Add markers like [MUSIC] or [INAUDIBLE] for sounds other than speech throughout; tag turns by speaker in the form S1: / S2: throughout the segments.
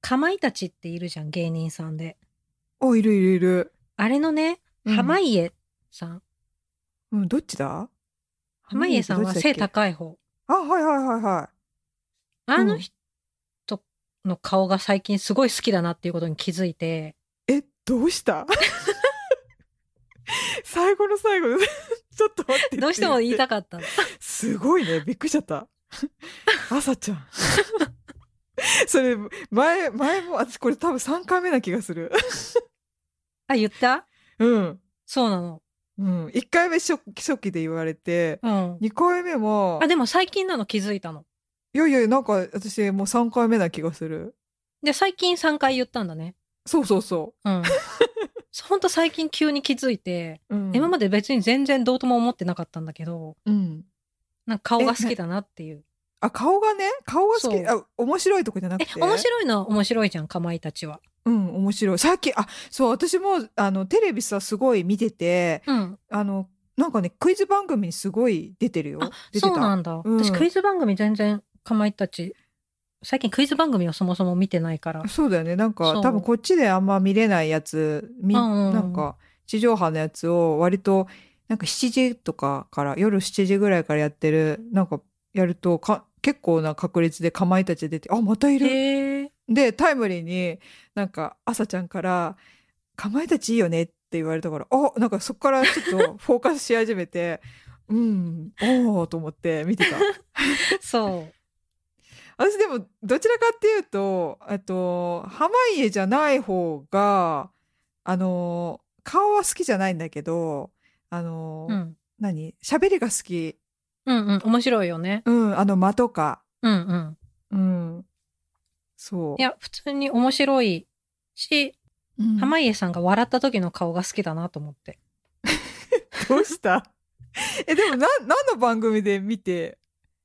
S1: かまいたちっているじゃん、芸人さんで。
S2: お、いるいるいる。
S1: あれのね、
S2: うん
S1: 濱家さん。
S2: うん、どっちだ
S1: 濱家さんは背高い方。
S2: あ、はいはいはいは
S1: あの人の顔が最近すごい好きだなっていうことに気づい [LAUGHS] て、
S2: い。え、どうした [LAUGHS] 最後の最後で、 [LAUGHS] ちょっと待って
S1: どうしても言い
S2: た
S1: たかったの。
S2: すごいね。びっくりしちゃ
S1: [LAUGHS]
S2: った。朝ちゃん。 [LAUGHS] それ、前、前も、私これ多分3回目な気がする。 [LAUGHS]
S1: あ、言った
S2: うん。
S1: そうなの。
S2: うん。1回目初初期で言われて、
S1: うん。
S2: 2回目も
S1: あ、、でも最近なの気づいたの。
S2: いやいや、なんか私もう3回目な気がする。
S1: で、最近3回言ったんだね。
S2: そうそうそ
S1: [LAUGHS] うん。ほんと最近急に気づいて、
S2: う。うん
S1: 今ま
S2: で。
S1: で別に全然どうとも思ってなかったんだけど、
S2: うん。
S1: なんか顔が好きだなって [LAUGHS] いう。
S2: あ、顔がね、顔が好
S1: そう
S2: き。あ、面白いとこじゃな
S1: え
S2: くて。
S1: 面白いのは面白いじゃん、かまいたちは。
S2: うん、面白い。さっき、あ、そう、私も、あの、テレビさ、すごい見てて、
S1: うん。
S2: あの、なんかね、クイズ番組にすごい出てるよ。
S1: あ
S2: 出て、た。
S1: そうなんだ。
S2: うん
S1: 私クイズ番組全然かまいたち、最近クイズ番組をそもそも見てないから。
S2: そうだよね。なん
S1: そ
S2: か、
S1: う
S2: 多分こっちであんま見れないやつ、み、
S1: うんうんうん
S2: なんか、地上波のやつを割と、なんか7時とかから、夜7時ぐらいからやってる、なんか、やると、か、結構な確率でかまいたち出て、あ、またいる。
S1: へえ。
S2: で、タイムリーになんか、朝ちゃんから、かまいたちいいよねって言われたから、あ、なんかそこからち
S1: [LAUGHS]
S2: ょっとフォーカスし始めて、うん、おーと思って見て
S1: [LAUGHS]
S2: た。
S1: そう。
S2: 私でもどちらかっていうとえっと濱家じゃない方があの顔は好きじゃないんだけどあの、
S1: うん。
S2: 何喋りが好き
S1: うんうん。面白いよね。
S2: うんあの間とか
S1: うんうん。
S2: うんそう
S1: いや、普通に面白いし、
S2: うん
S1: 濱家さんが笑った時の顔が好きだなと思って。
S2: [LAUGHS] どうした
S1: [LAUGHS]
S2: えでもな何の番組で見て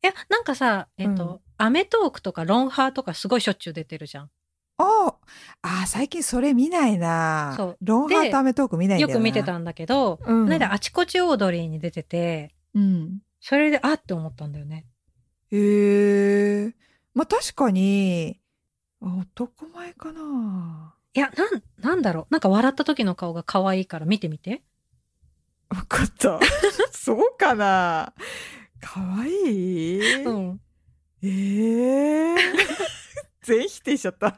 S1: いや、なんかさ、えっ、と、
S2: うん
S1: アメトークとかロンハーとかすごいしょっちゅう出てるじゃん。
S2: ああ最近それ見ないな
S1: そう
S2: ロンハーとアメトーク見ないんだ
S1: よ
S2: よな
S1: く見てたんだけど、
S2: うん
S1: この間あちこちオードリーに出てて、
S2: うん
S1: それであって思ったんだよね。
S2: へえ。まあ確かに、あ男前かな。
S1: いや、なん、なんだろう。なんか笑った時の顔が可愛いから見てみて。
S2: わ
S1: [LAUGHS]
S2: かった。そうかな。かわいい、
S1: うん。
S2: ええ [LAUGHS] 全否定しちゃった。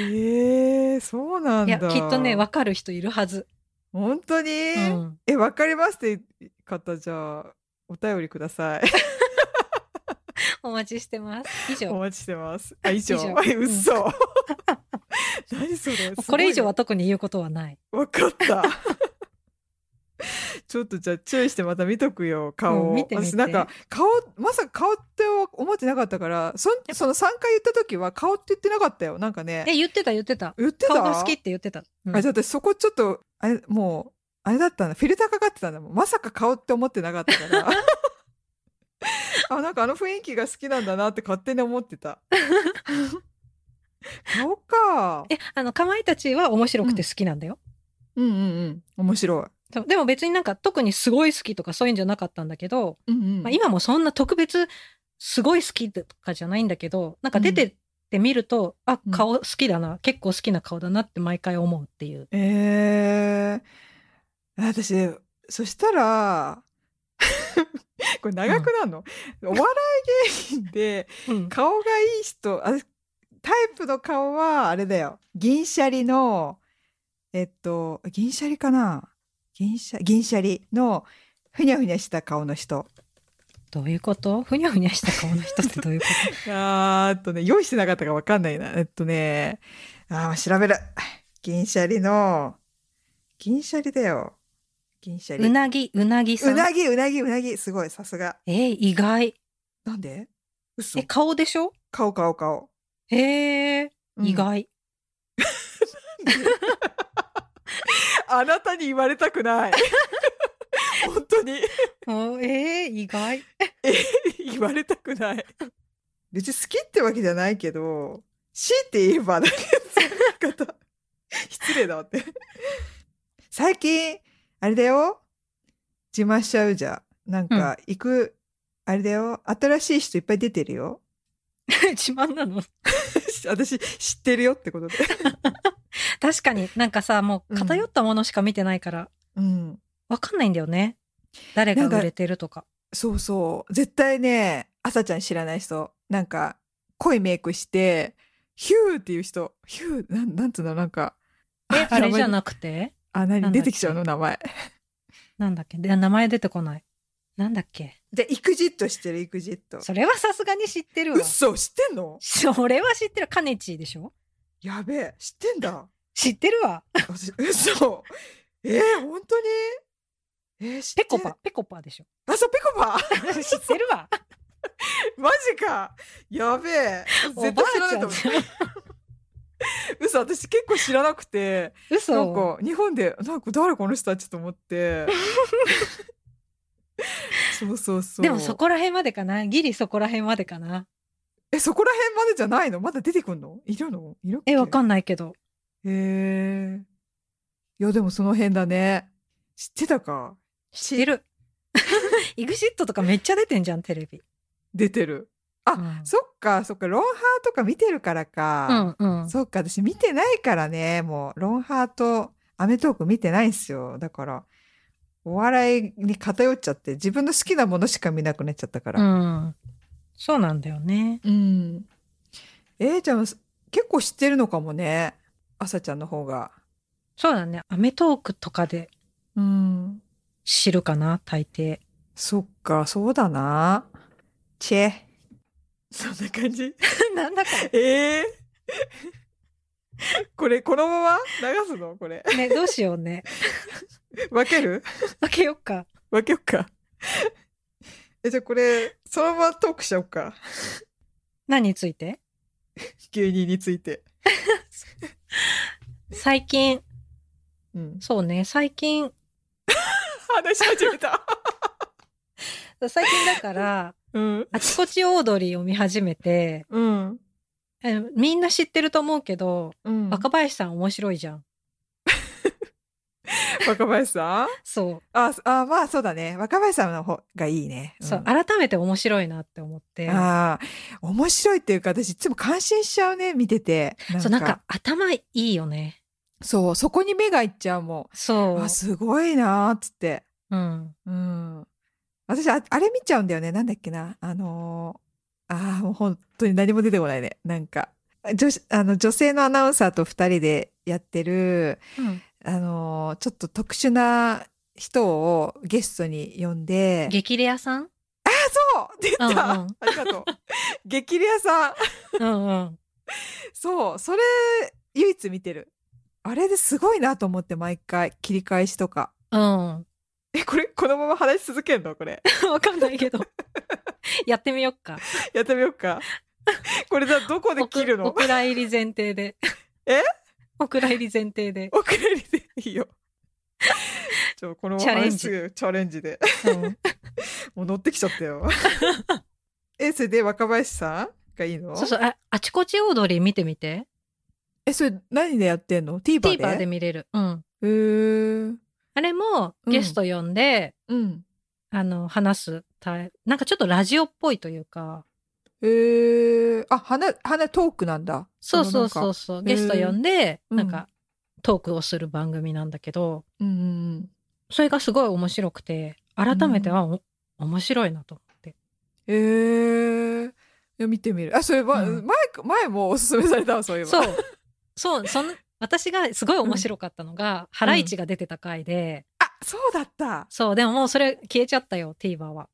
S2: ええそうなん
S1: い
S2: だ。
S1: や、きっとね、わかる人いるはず。
S2: 本当に、
S1: うん。
S2: え、わかりますって方、じゃあ、お便りください。
S1: お待ちしてます。以上。
S2: お
S1: も
S2: 待ちしてます。あ、以上。
S1: 以上
S2: え嘘。 [LAUGHS] 何それ。すご
S1: う
S2: い
S1: これ以上
S2: ね
S1: は特に言うことはない。
S2: わかった。 [LAUGHS] ちょっとじゃあ注意してまた見とくよ顔を、
S1: うん見て見て
S2: 私なんか顔まさか顔って思ってなかったからそんその3回言った時は顔って言ってなかったよなんかね
S1: え、言ってた言ってた。
S2: 言ってた
S1: 顔が好きって言ってた。うん
S2: あじゃあ私そこちょっとあれもうあれだったんだフィルターかかってたんだもんまさか顔って思ってなかった
S1: [LAUGHS]
S2: からあなんかあの雰囲気が好きなんだなって勝手に思って
S1: [LAUGHS]
S2: た顔か
S1: え、あの、かまいたちは面白くて好きなんだよ。
S2: うんうんうん面白い、
S1: そうでも別になんか特にすごい好きとかそういうんじゃなかったんだけど、
S2: うんうん
S1: まあ、今もそんな特別すごい好きとかじゃないんだけど、なんか出てってみると、あ、顔好きだな、結構好きな顔だなって毎回思うっていう。
S2: ええ私、そしたら、
S1: [LAUGHS]
S2: これ長くなるの、お笑い芸人で
S1: うん
S2: 顔がいい人、あタイプの顔はあれだよ。銀シャリの、えっと、銀シャリかな銀シャ銀シャリのふにゃふにゃした顔の人。
S1: どういうことふにゃふにゃした顔の人ってどういうこ
S2: あーっとね、用意してなかったかわかんないな。えっとね、あー調べる。銀シャリの、銀シャリだよ。銀シャ [LAUGHS]
S1: と
S2: リ。
S1: うなぎ、うなぎさ。
S2: うんなぎうなぎうなぎすごいさすが
S1: えー意外。
S2: なんで嘘
S1: え、顔でしょ
S2: 顔顔顔、
S1: へえ、
S2: うん
S1: 意外。
S2: あなたに言われたくない本当に
S1: おえー意外。 [LAUGHS]
S2: 言われたくない別に好きってわけじゃないけど強いて言えばだけどその方失礼だわって最近あれだよ自慢しちゃうじゃんなんか行く、あれだよ新しい人いっぱい出てるよ
S1: 自慢なの
S2: [LAUGHS] 私知ってるよってことで。
S1: 確か [LAUGHS] になんかさもう
S2: うん
S1: 偏ったものしか見てないから、
S2: うん。
S1: わかんないんだよね誰が売れてるとか
S2: そうそう。絶対ね、朝ちゃん知らない人、なんか、濃いメイクして、ヒューっていう人、ヒュー、なん、なんつうの、なんか、
S1: えあれじゃ
S2: い。
S1: なくて
S2: あ、
S1: な
S2: な
S1: んだっ
S2: に
S1: け
S2: 出てきちゃうの、名 [LAUGHS] 前。
S1: なんだっけで名前出てこないなんだっけ
S2: で、イクジットしてる、イクジット。
S1: それはさすがに知ってるわ
S2: 嘘知ってんの
S1: それは知ってるカネチーでしょ
S2: やべえ、知ってん [LAUGHS] だ。
S1: 知ってるわ
S2: 私嘘えー、本当にえー、知って
S1: ペコパペコパで [LAUGHS] しょ
S2: あ、そう、ペコパ [LAUGHS]
S1: 知ってる [LAUGHS] わ
S2: マジかやべえ
S1: お
S2: 絶
S1: ば
S2: 対知
S1: あ
S2: らな
S1: ち
S2: い
S1: ゃ
S2: と
S1: ん
S2: 思
S1: じゃん
S2: う。嘘、私結構知らなくて。な
S1: [LAUGHS] 嘘
S2: んか日本でなんか誰この人たちと思って
S1: [LAUGHS]
S2: そうそうそう
S1: でもそこら辺までかなギリそこら辺までかな
S2: えそこら辺までじゃないのまだ出てくんのいるのいるっけ
S1: えわかんないけど
S2: へえいやでもその辺だね知ってたか
S1: 知ってる [LAUGHS] イグシットとかめっちゃ出てんじゃんテレビ
S2: 出てるあ
S1: うん
S2: そっかそっかロンハーとか見てるからか、
S1: うんうん
S2: そっか私見てないからねもうロンハーとアメトーク見てないんすよだからお笑いに偏っちゃって自分の好きなものしか見なくなっちゃったから、
S1: うんそうなんだよね
S2: うん。えー、じゃあ結構知ってるのかもね。朝ちゃんの方が。
S1: そうだねアメトークとかで
S2: うん。
S1: 知るかな大抵
S2: そっか、そうだな。チェ。そ [LAUGHS] んな感じ
S1: なんだか
S2: ええこれ、このまま流すのこれ。
S1: ねどうしようね [LAUGHS]
S2: 分ける
S1: 分けようか
S2: 分けようか。え、じゃあこれ、そのままトークしちゃおう [LAUGHS] か。
S1: 何について
S2: 牛乳について。
S1: 最近
S2: うん。
S1: そうね最近
S2: 話し始めた。
S1: 最近だ [LAUGHS] から
S2: うん。
S1: あちこちオードリーを見始めて
S2: [LAUGHS] うん。
S1: えみんな知ってると思うけど
S2: うん、
S1: 若林さん面白いじゃん
S2: 若林さん
S1: そう
S2: ああまあそうだね若林さんの方がいいね。
S1: そう、
S2: ん
S1: 改めて面白いなって思って。
S2: あー面白いっていうか私いつも感心しちゃうね見ててなんか
S1: そう、なんか頭いいよね。
S2: そうそこに目がいっちゃうもん
S1: そ
S2: あすごいなーっつって、
S1: う。うん。
S2: うん、私ああれ見ちゃうんだよねなんだっけなあのー、あーもう本当に何も出てこないねなんか女子あの女性のアナウンサーと2人でやってるあのーちょっと特殊な人をゲストに呼んで
S1: 激レアさん
S2: そう出た、
S1: うんうん
S2: ありがとう [LAUGHS] 激レアさん
S1: うんうん。
S2: そうそれ唯一見てるあれですごいなと思って毎回切り返しとか
S1: [LAUGHS] うん。
S2: えこれこのまま話し続けんのこれ
S1: わかんないけど。 [LAUGHS] やってみよっか。
S2: やってみようかこれじゃあどこで切る
S1: お
S2: の
S1: 蔵入り前提で。
S2: [LAUGHS] え
S1: [LAUGHS] お蔵入り前提で。
S2: お蔵入りでいいよちょこの
S1: チャレンジ
S2: あれすぐチャレンジで [LAUGHS]
S1: うん
S2: もう乗ってきちゃったよえそれで若林さんがいいの
S1: そうそう、あ、あちこちオードリー見てみて。
S2: えそれ何でやってんの ?TVer で
S1: TVer で見れる。うん。
S2: へー
S1: あれもゲスト呼んで、
S2: うん
S1: あの、話すタイプ。なんかちょっとラジオっぽいというか。
S2: へーあ花花トークなんだ
S1: そうそう
S2: の
S1: そ
S2: なんか
S1: うそう。ゲスト呼んで、
S2: うん
S1: なんか、トークをする番組なんだけど、
S2: うんうんうん
S1: それがすごい面白くて、改めてはお、面白いなと思って。
S2: ええいや見てみる。あ、それ、ま
S1: うん
S2: 前か、前もおすすめされたわ、そういえば。
S1: そう。そう、その、私がすごい面白かったのが、ハライチが出てた回で、
S2: あ、そうだった。
S1: そう、でももうそれ消えちゃったよ、TVer は。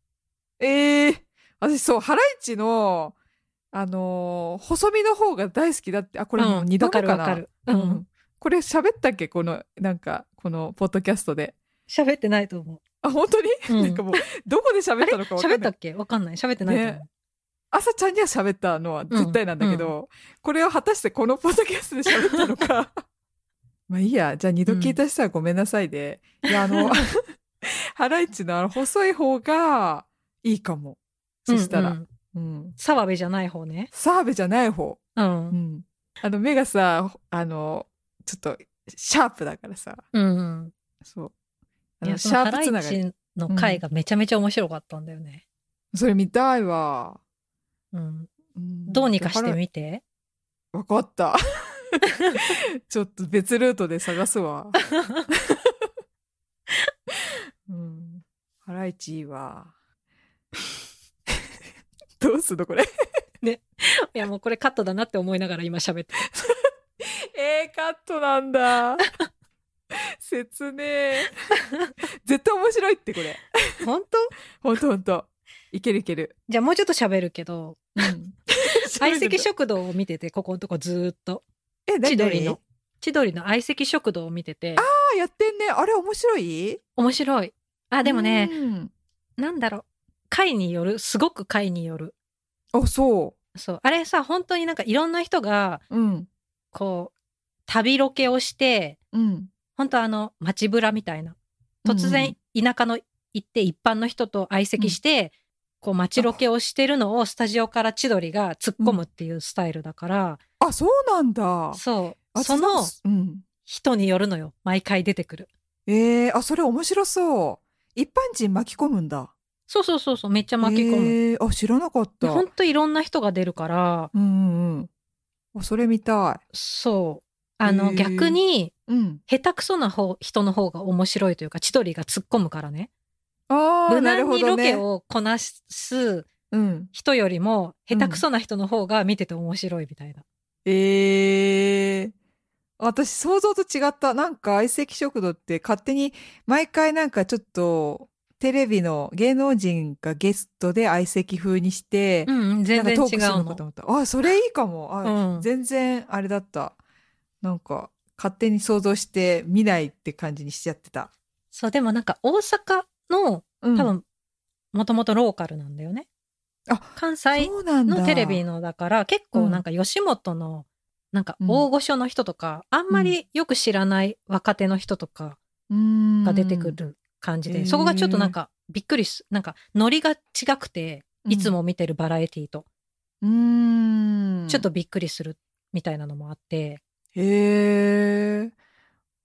S2: ええ私、そう、ハライチの、あのー細身の方が大好きだって。あ、これもう
S1: うん
S2: 二度目かな。
S1: わかるわかるうん
S2: うんこれ喋ったっけこの、なんか、この、ポッドキャストで。
S1: 喋ってないと思
S2: あ、本当に、
S1: う。う
S2: なん
S1: ん
S2: か。もう、どこで喋
S1: あ
S2: っ
S1: れ
S2: たのかわかんない。
S1: 喋ったっけわかんない。喋ってないと思う。
S2: ね朝ちゃんには喋ったのは絶対なんだけど、これを果たしてこのポッドキャストで喋ったのか。 [LAUGHS] まあいいや、じゃあ二度聞いた人はごめんなさいで。いや、
S1: [LAUGHS]
S2: あの、ハライチのあの細い方がいいかも。そした
S1: うん
S2: ら
S1: う。ん
S2: うん。
S1: 澤部じゃない方ね。
S2: 澤部じゃない方。
S1: う。
S2: うんん。あの、目がさ、あの、ちょっと、シャープだからさ。
S1: うんうん。
S2: そう。
S1: い
S2: あの
S1: や、そ
S2: シ
S1: の
S2: ャ
S1: ハ
S2: ー
S1: ラ
S2: プつな
S1: イ
S2: がり。
S1: チの回がめちゃめちゃ面白かったんだよね。
S2: それ見たいわ。
S1: うん。
S2: ん
S1: どうにかしてみて。
S2: わかった [LAUGHS] ちょっと別ルートで探すわ [LAUGHS] うんハライチいいわ [LAUGHS] どうすんのこれ
S1: [LAUGHS] いやもうこれカットだなって思いながら今喋って
S2: えー、カットなんだ説明絶対面白いってこれ
S1: 本当
S2: ほんとほんといけるいける、
S1: じゃあもうちょっと喋るけど
S2: [LAUGHS] うん、
S1: 相席食堂を見ててここのとこずーっと
S2: え何
S1: 千鳥
S2: 何
S1: の千鳥の相席食堂を見てて
S2: あやってんねあれ面白い
S1: 面白いあでもね、
S2: うん
S1: なんだろう回によるすごく回による
S2: あそ
S1: そうあれさ本当になんかいろんな人が
S2: ううん
S1: こう旅ロケをして
S2: うん
S1: 本当あの街ぶらみたいな突然田舎の行って一般の人と相席して、こう街ロケをしてるのをスタジオから千鳥が突っ込むっていうスタイルだから、
S2: あそうなんだ
S1: そう
S2: あ
S1: その
S2: うん
S1: 人によるのよ毎回出てくる
S2: えー、あそれ面白そう一般人巻き込むんだ
S1: そうそうそうそうめっちゃ巻き込む、
S2: えー、あ知らなかっ
S1: で
S2: た
S1: ほんといろんな人が出るから
S2: うんうんうんあそれ見た
S1: そうあの、
S2: へー
S1: 逆に
S2: いうん
S1: 下手くそな方人の方が面白いというか千鳥が突っ込むからね
S2: あー
S1: 無
S2: なる
S1: 難
S2: ほ
S1: に
S2: ど
S1: ロ
S2: ね
S1: ケをこなす
S2: うん
S1: 人よりも下手くそな人の方が見てて面白いみたいな、
S2: えー、私想像と違ったなんか相席食堂って勝手に毎回なんかちょっとテレビの芸能人がゲストで相席風にして、
S1: うん、うん、全然違
S2: な
S1: うん
S2: かトークする
S1: の
S2: のかと思ったあそれいいかもあ、
S1: うん、
S2: 全然あれだったなんか勝手に想像して見ないって感じにしちゃってた、
S1: そうでもなんか大阪の
S2: うん、
S1: 多分もともとローカルなんだよね、
S2: あ
S1: 関西
S2: そうなんだ
S1: のテレビのだから結構なんか吉本のなんか大御所の人とか、あんまりよく知らない若手の人とかが
S2: が
S1: 出てくる感じで、
S2: うん
S1: そこがちょっとなんかびっくりすなんかノリが違くていつも見てるバラエティーと
S2: うん
S1: ちょっとびっくりするみたいなのもあって、
S2: へえ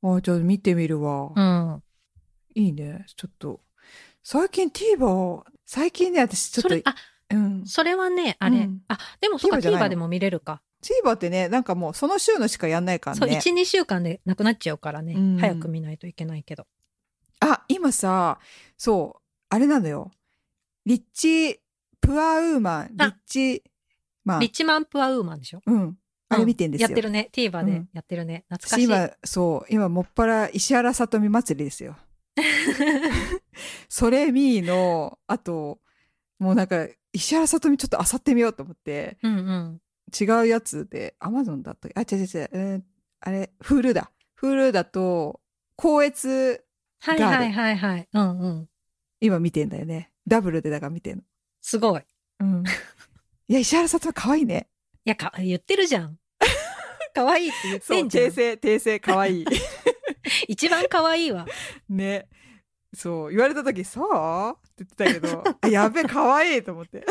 S2: あじゃあ見てみるわ、
S1: うん、
S2: いいね。ちょっと。最近 TVer、最近ね、私ちょっ
S1: そ
S2: と、
S1: れあ
S2: うん。
S1: それはねあれ、
S2: うん
S1: あでもそっか
S2: TVer じゃないの
S1: TVer でも見れるか
S2: TVer ってね、なんかもうその週のしかやんないから
S1: そう
S2: ね。
S1: 12週間でなくなっちゃうからね、
S2: うん
S1: 早く見ないといけないけど
S2: あ、今さ、そう、あれなのよ。リッチ、プアウーマン、リ
S1: あ
S2: ッチ、まあ
S1: リッ、チマンプアウーマンでしょ
S2: うん。あれ見てんですよ。
S1: やってるね TVer で
S2: うん
S1: やってるね、
S2: 私
S1: 懐かしい
S2: 今、そう、今もっぱら石原さとみ祭りですよ。それみーの、あと、もうなんか、石原さとみちょっと漁ってみようと思って、
S1: [LAUGHS] うんうん
S2: 違うやつで、アマゾンだったあ、違う違う違う、うん、あれ、フールだ。フールだと、光悦、
S1: はいはいはいはいうんうん
S2: 今見てんだよね。ダブルでだから見てんの。
S1: すごい
S2: うん。
S1: [LAUGHS]
S2: いや、石原さとみ可愛いね。
S1: いやか言ってるじゃ
S2: [LAUGHS]
S1: ん可愛いって言ってんじゃ
S2: 訂
S1: ん
S2: 正、訂正、可愛い。
S1: [LAUGHS] 一番可愛いわ
S2: [LAUGHS] ね。そう、言われた時、そうって言ってたけど、 [LAUGHS] あやべえ、可愛いと思って。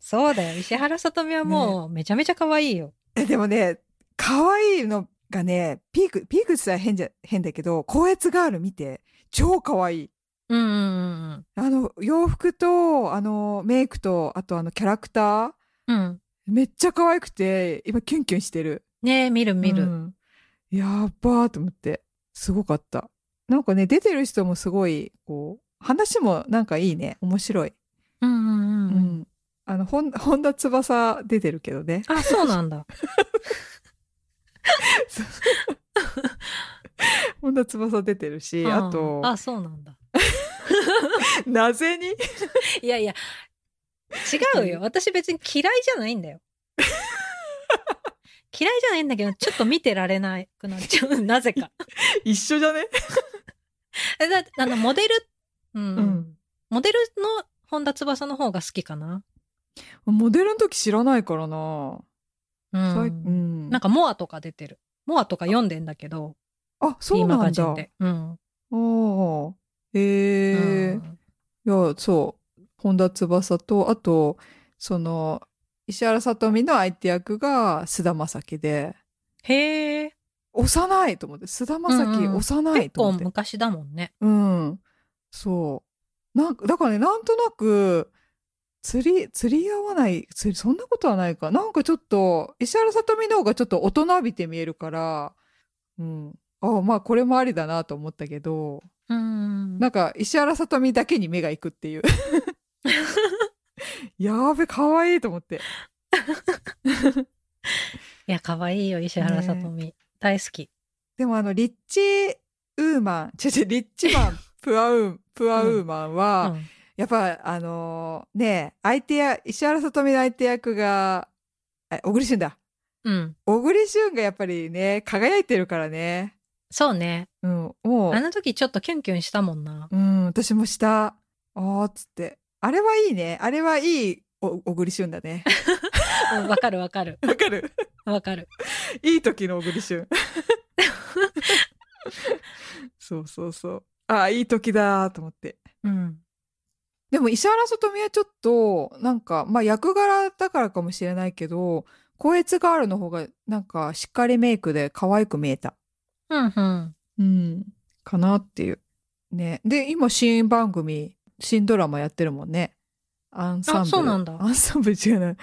S1: そうだよ石原さとみはもうめちゃめちゃ可愛いよ、
S2: えでもね、可愛いのがね、ピーク、ピークしたら変じゃ、変だけど、光悦ガール見て、超可愛い。
S1: うんうん
S2: あの洋服とあのメイクとあとあのキャラクター
S1: うんうんうん
S2: めっちゃ可愛くて今キュンキュンしてる
S1: ねえ見る見る、
S2: うんやっばーと思ってすごかったなんかね出てる人もすごいこう話もなんかいいね面白い、
S1: うんうんうん、
S2: う
S1: うん
S2: んあの本本田翼出てるけ
S1: [LAUGHS]
S2: どね
S1: あそうなんだ
S2: 本田翼出てるしあと
S1: あそうなんだ
S2: なぜに [LAUGHS]
S1: いやいや違うよ私別に嫌いじゃないんだ [LAUGHS] よ嫌いじゃないんだけどちょっと見てられなくなっちゃう [LAUGHS] なぜか
S2: 一緒じゃね、
S1: えだあのモデル、うん
S2: うん
S1: モデルの本田翼の方が好きかな、
S2: モデルの時知らないからな、
S1: う、
S2: さいうんん
S1: なんかモアとか出てるモアとか読んでんだけど
S2: あ
S1: B
S2: そう
S1: マ
S2: な
S1: ガ
S2: ん
S1: ジン
S2: だ
S1: で、うん
S2: おーえー
S1: うん
S2: いや、そう。本田翼と、あと、その、石原さとみの相手役が菅田将暉で、
S1: へえ
S2: 幼いと思って、菅田将暉、
S1: うんうん
S2: 幼い
S1: 結
S2: と
S1: 構
S2: 思って。
S1: 昔だもんね
S2: うん。そう。なんか、だからね、なんとなく、釣り釣り合わない釣りそんなことはないかなんかちょっと石原さとみの方がちょっと大人びて見えるから、うん、あまあこれもありだなと思ったけど
S1: うん
S2: なんか石原さとみだけに目がいくっていう [LAUGHS] やーべかわいいと思って
S1: いや可愛いよ石原さとみ、大好き
S2: でもあのリッチウーマン違う違うリッチマンプアウープアウーマンは、
S1: うん
S2: やっぱあのーねえ相手や石原さとみの相手役がえ小栗旬だ
S1: うん
S2: 小栗旬がやっぱりね輝いてるからね
S1: そうね
S2: うんもう
S1: あの時ちょっとキュンキュンしたもん
S2: [LAUGHS]
S1: な
S2: うん私もしたあーっつってあれはいいねあれはいいお小栗旬
S1: [LAUGHS]
S2: だね
S1: うんわかるわかる
S2: わかる
S1: わかる
S2: いい時の小栗
S1: [LAUGHS]
S2: 旬そうそうそうあーいい時だーと思って
S1: うん
S2: でも石原さとみはちょっとなんかまあ役柄だからかもしれないけど光悦ガールの方がなんかしっかりメイクで可愛く見えた
S1: うんうん
S2: うん、かなっていう。ね。で、今、新番組、新ドラマやってるもんね。アンサンブル。
S1: あそうなんだ
S2: アンサンブル違うな。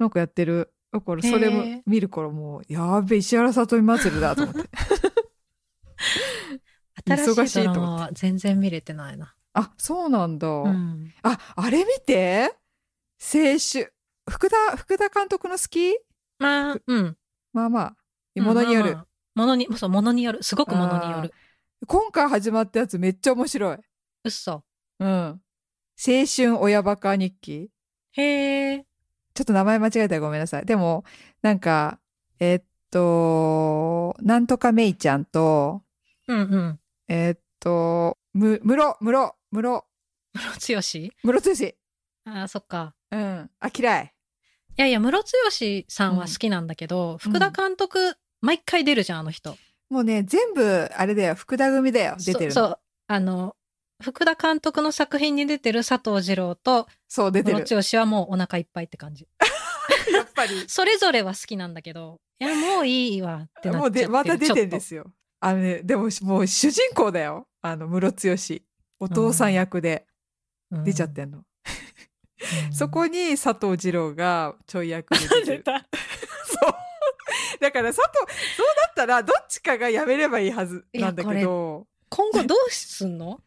S2: なんかやってる。だか
S1: へ
S2: ら、
S1: ー
S2: それも見るからもう、やーべ、石原さとみ祭りだと
S1: [LAUGHS]
S2: 思って。
S1: 新
S2: 忙
S1: し
S2: し
S1: い
S2: いと
S1: ドラ
S2: 思って
S1: マは全然見れてないな、
S2: あ、そうなんだ。
S1: うん、
S2: あ、あれ見て青春。福田、福田監督の好き
S1: まあうん
S2: まあまあ、ものによる。
S1: うんまあまあものにそうものによるすごくものによる
S2: 今回始まったやつめっちゃ面白い。
S1: うっそ
S2: うん。青春親バカ日記
S1: へえ
S2: ちょっと名前間違えたらごめんなさい。でも、なんか、えっと、なんとかめいちゃんと、
S1: うんうん
S2: えっと、む、むろ、むろ、むろ、
S1: ムロツヨシ
S2: むろつよし。
S1: あーそっか
S2: うん。あ、嫌い。
S1: いやいやムロツヨシさんは好きなんだけど、福田監督、毎回出るじゃんあの人
S2: もうね、全部、あれだよ、福田組だよ、出てるの。
S1: そ
S2: そう
S1: そうあの福田監督の作品に出てる佐藤二朗と
S2: う、出て
S1: ム
S2: る
S1: ロ。ツヨシはもうお腹いっぱいって感じ
S2: やっぱり。
S1: それぞれは好きなんだけどいやもういいわってなっちゃってる
S2: [LAUGHS] もうで、また出てんで
S1: ち
S2: すよ。あのね、でも、もう主人公だよ。あの、むろつよし。お父さん役で
S1: ょと
S2: 出ちゃってんの。
S1: うん
S2: そこに佐藤二朗がちょい役で出て
S1: [LAUGHS] 出
S2: る。
S1: た
S2: そう。だから佐藤、そうだったらどっちかがやめればいいはずなんだ
S1: い
S2: け
S1: や
S2: ど、
S1: 今後どうすんの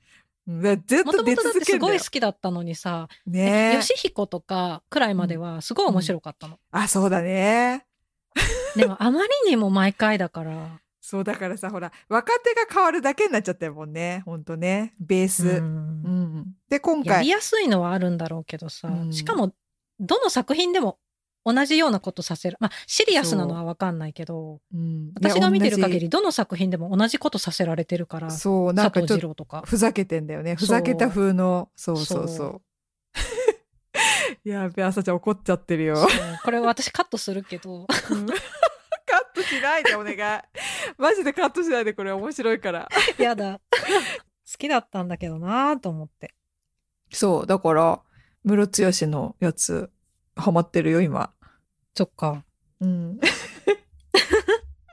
S2: うんだからずっ
S1: もと
S2: と
S1: も
S2: 出
S1: とだって
S2: 続ける
S1: す
S2: んだ
S1: ご
S2: よ
S1: い好。きだったのにさ、
S2: ねえ。
S1: 吉彦とかくらいまではすごい面白かったの。
S2: あ、そうだね。
S1: でもあまりにも毎回だから、
S2: そうだからさ、ほら、若手が変わるだけになっちゃったもんね。ほんとね。ベース。
S1: う
S2: うん。
S1: ん
S2: で、今
S1: やり
S2: 回、
S1: やすいのはあるんだろうけどさ、
S2: うん
S1: しかもどの作品でも同じようなことさせる。まあシリアスなのはわかんないけど、
S2: うんで
S1: 私が見てる限
S2: 同
S1: りどの作品でも同じことさせられてるから、
S2: じ
S1: 佐
S2: そう、なんか
S1: 藤
S2: ちょっ
S1: 二
S2: と
S1: 郎とか。
S2: ふざけてんだよね。ふざけた風の、そうそうそう。
S1: そ
S2: [LAUGHS] やべ、朝ちゃん怒っちゃってるよ。
S1: そうこれ私カットするけど、 [LAUGHS]
S2: [LAUGHS] カットしないでお願い。 [LAUGHS] マジでカットしないでこれ面白いから。
S1: やだ。好きだったんだけどなぁと思って。
S2: そう、だから、ムロツヨシのやつ、ハマってるよ、今。
S1: そっか。
S2: うん。 [LAUGHS]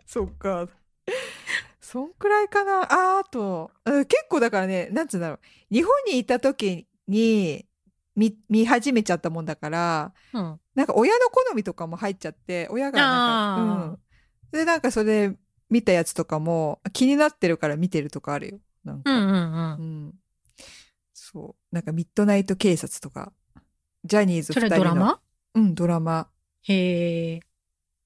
S2: そっか。そんくらいかな。あーあと、うん結構だからね、なんつうんだろう。日本にいた時に見、見始めちゃったもんだから、
S1: うん。
S2: なんか親の好みとかも入っちゃって、親がなんか、
S1: あー
S2: うん。で、なんかそれ見たやつとかも気になってるから見てるとかあるよ。なんか
S1: うんうんうん
S2: う。ん。そう。なんか、ミッドナイト警察とか、ジャニーズ
S1: それ
S2: 二人の。
S1: ドラマ
S2: うん、ドラマ。
S1: へえ。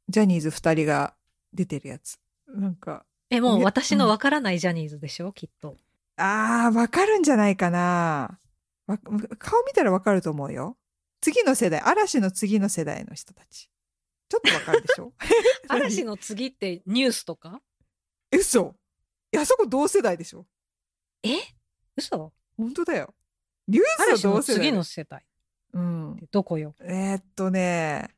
S2: ジャニーズ二人が出てるやつ。なんか、
S1: え、もう
S2: ね
S1: 私のわからないジャニーズでしょ、きっと。
S2: あー、わかるんじゃないかな。わ顔見たらわかると思うよ。次の世代、嵐の次の世代の人たち。ちょっとわかる
S1: [LAUGHS]
S2: でしょ
S1: 嵐の次ってニュースとか
S2: え嘘いや、あそこ同世代でしょ
S1: え嘘
S2: 本当だよ。ニュース
S1: 嵐
S2: の
S1: の
S2: 同世代。
S1: 次の世代っ
S2: うん。
S1: てどこよ
S2: えーっとね、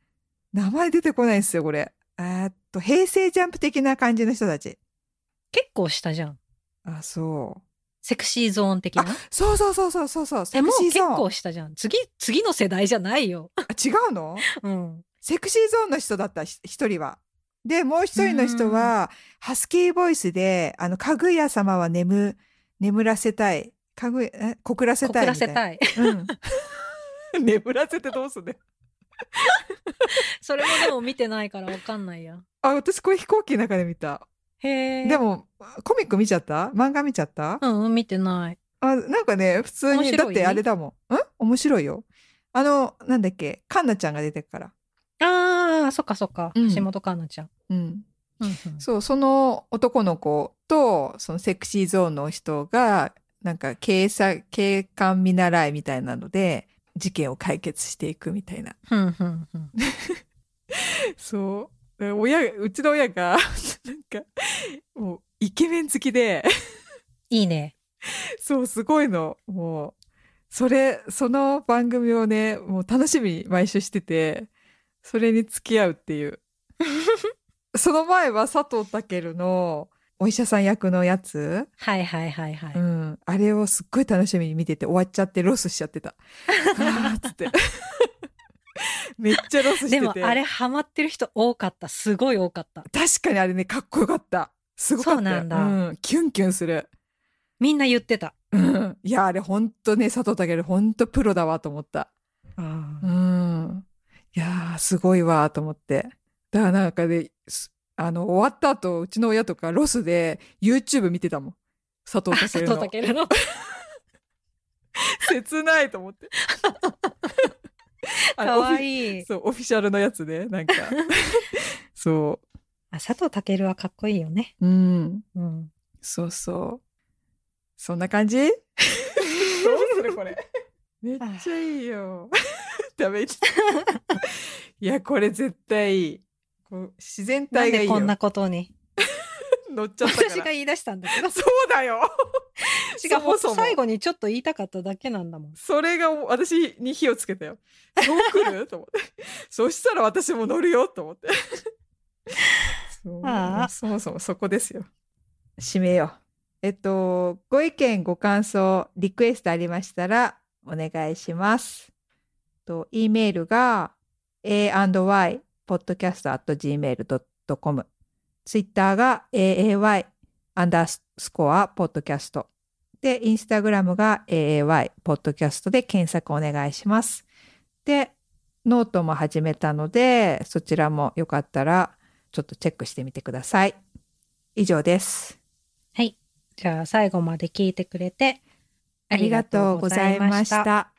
S2: 名前出てこないんですよ、これ。えーっと、平成ジャンプ的な感じの人たち。
S1: 結構下じゃん。
S2: あ、そう。
S1: セクシーゾーン的な。
S2: そうそうそうそうそうそう。
S1: え、
S2: セ
S1: もう
S2: クシー
S1: 結
S2: ゾーン。
S1: 構下じゃん。次、次の世代じゃないよ。
S2: あ [LAUGHS] 違うの
S1: うん。
S2: セクシーゾーンの人だった、ひ一人は。で、もう一人の人は、ハスキーボイスで、あの、かぐや様は眠、眠らせたい。かぐや、え、告らせ
S1: 告
S2: たいみたいな。
S1: らせたい。
S2: うん。 [LAUGHS] 眠らせてどうすんね
S1: [LAUGHS] それもでも見てないからわかんないや。
S2: あ私これ飛行機の中で見た
S1: へえ。
S2: で、もコミック見ちゃった漫画見ちゃった、
S1: うんうん、見てない。
S2: あなんかね普通
S1: 面
S2: に
S1: 白い
S2: だってあれだもんん面白いよあのなんだっけカンナちゃんが出てるから
S1: ああ、そっかそっか。
S2: うん
S1: 橋本環奈ちゃん。
S2: うん
S1: うんうん
S2: そうその男の子とそのセクシーゾーンの人がなんか警察警官見習いみたいなので事件を解決していくみたいな
S1: うんうんうん。
S2: [LAUGHS] そう。だから親、うちの親が、なんか、もう、イケメン好きで、
S1: いいね。
S2: そう、すごいの。もう、それ、その番組をね、もう楽しみに毎週してて、それに付き合うっ
S1: [LAUGHS]
S2: ていう。その前は佐藤健のお医者さん役のやつ、
S1: はいはいはいはい。
S2: うん、あれをすっごい楽しみに見てて終わっちゃってロスしちゃってた。あーっつって。 [LAUGHS] めっちゃロスして
S1: で
S2: て。
S1: もあれハマってる人多かった。すごい多かった。
S2: 確かにあれねかっこよかったすごかった
S1: そう
S2: よ
S1: なんだ
S2: んキュンキュンする、
S1: みんな言ってた。
S2: うん、いやあれほんとね佐藤健ほんとプロだわと思った
S1: あ
S2: うんいやーすごいわと思ってだからなんかねすあの終わった後うちの親とかロスで YouTube 見てたもん佐藤
S1: 佐
S2: 健の
S1: 藤健の。
S2: 切ないと思って
S1: [LAUGHS]
S2: あれ
S1: か
S2: オフ
S1: わ
S2: ィ
S1: いい。
S2: [LAUGHS] そうオフィシャルのやつねなんかそ
S1: あ佐藤健はかっこいいよね。
S2: ううん
S1: うん。
S2: そうそう。そんな感じ [LAUGHS] どうするこれ。 [LAUGHS] めっちゃいいよ。 [LAUGHS] ダメ。い [LAUGHS] や、これ絶対いい。こう自然
S1: な
S2: 体
S1: ん
S2: がい
S1: で
S2: いよ。
S1: こんなことに。
S2: [LAUGHS] 乗っちゃったから。
S1: 私が言い出したんだけど。
S2: [LAUGHS] そうだよ。
S1: 違、
S2: そうもそも
S1: 最後にちょっと言いたかっただけなんだもん。
S2: それが私に火をつけたよ。そう来る [LAUGHS] と思って。そしたら私も乗るよと思って。そう
S1: ああ
S2: そもそもそこですよ。締めよう。えっと、ご意見、ご感想、リクエストありましたらお願いします。と、E メールが a&ypodcast.gmail.com。ツイッターが aay アンダースコアポッドキャスト。で、インスタグラムが aay ポッドキャストで検索お願いします。で、ノートも始めたので、そちらもよかったらちょっとチェックしてみてください。以上です。
S1: じゃあ最後まで聞いてくれて
S2: ありがとうございました。